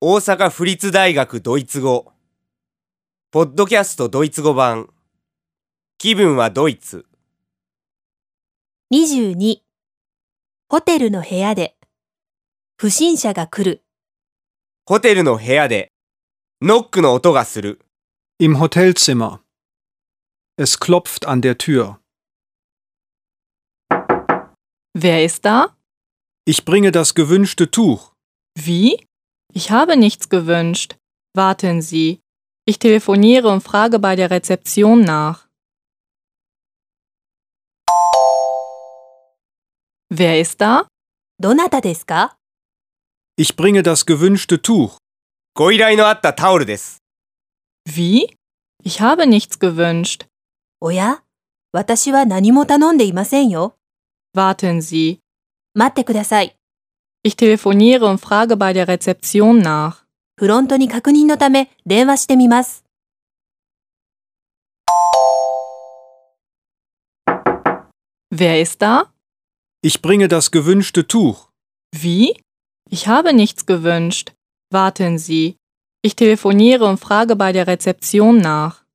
大阪府立大学ドイツ語ポッドキャストドイツ語版気分はドイツ22ホテルの部屋で不審者が来るホテルの部屋でノックの音がする Im Hotelzimmer. Es klopft an der Tür. Wer ist da? Ich bringe das gewünschte Tuch. Wie? Ich habe nichts gewünscht. Warten Sie. Ich telefoniere und frage bei der Rezeption nach. Wer ist da? どなたですか Ich bringe das gewünschte Tuch. ご依頼のあったタオルです Wie? Ich habe nichts gewünscht. おや私は何も頼んでいませんよ。 Warten Sie. 待ってください。 Ich telefoniere und frage bei der Rezeption nach. フロントに確認のため電話してみます。 Wer ist da? Ich bringe das gewünschte Tuch. Wie? Ich habe nichts gewünscht. Warten Sie. Ich telefoniere und frage bei der Rezeption nach.